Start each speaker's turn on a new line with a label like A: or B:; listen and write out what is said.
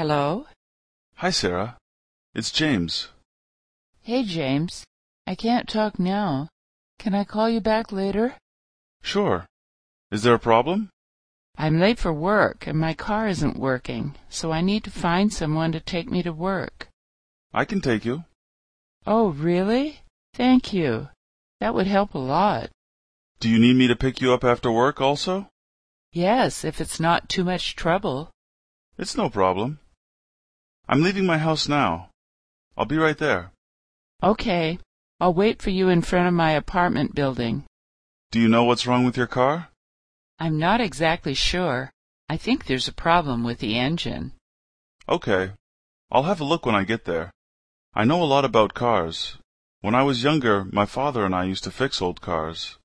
A: Hello?
B: Hi, Sarah. It's James.
A: Hey, James. I can't talk now. Can I call you back later?
B: Sure. Is there a problem?
A: I'm late for work and my car isn't working, so I need to find someone to take me to work.
B: I can take you.
A: Oh, really? Thank you. That would help a lot.
B: Do you need me to pick you up after work also?
A: Yes, if it's not too much trouble.
B: It's no problem. I'm leaving my house now. I'll be right there.
A: Okay. I'll wait for you in front of my apartment building.
B: Do you know what's wrong with your car?
A: I'm not exactly sure. I think there's a problem with the engine.
B: Okay. I'll have a look when I get there. I know a lot about cars. When I was younger, my father and I used to fix old cars.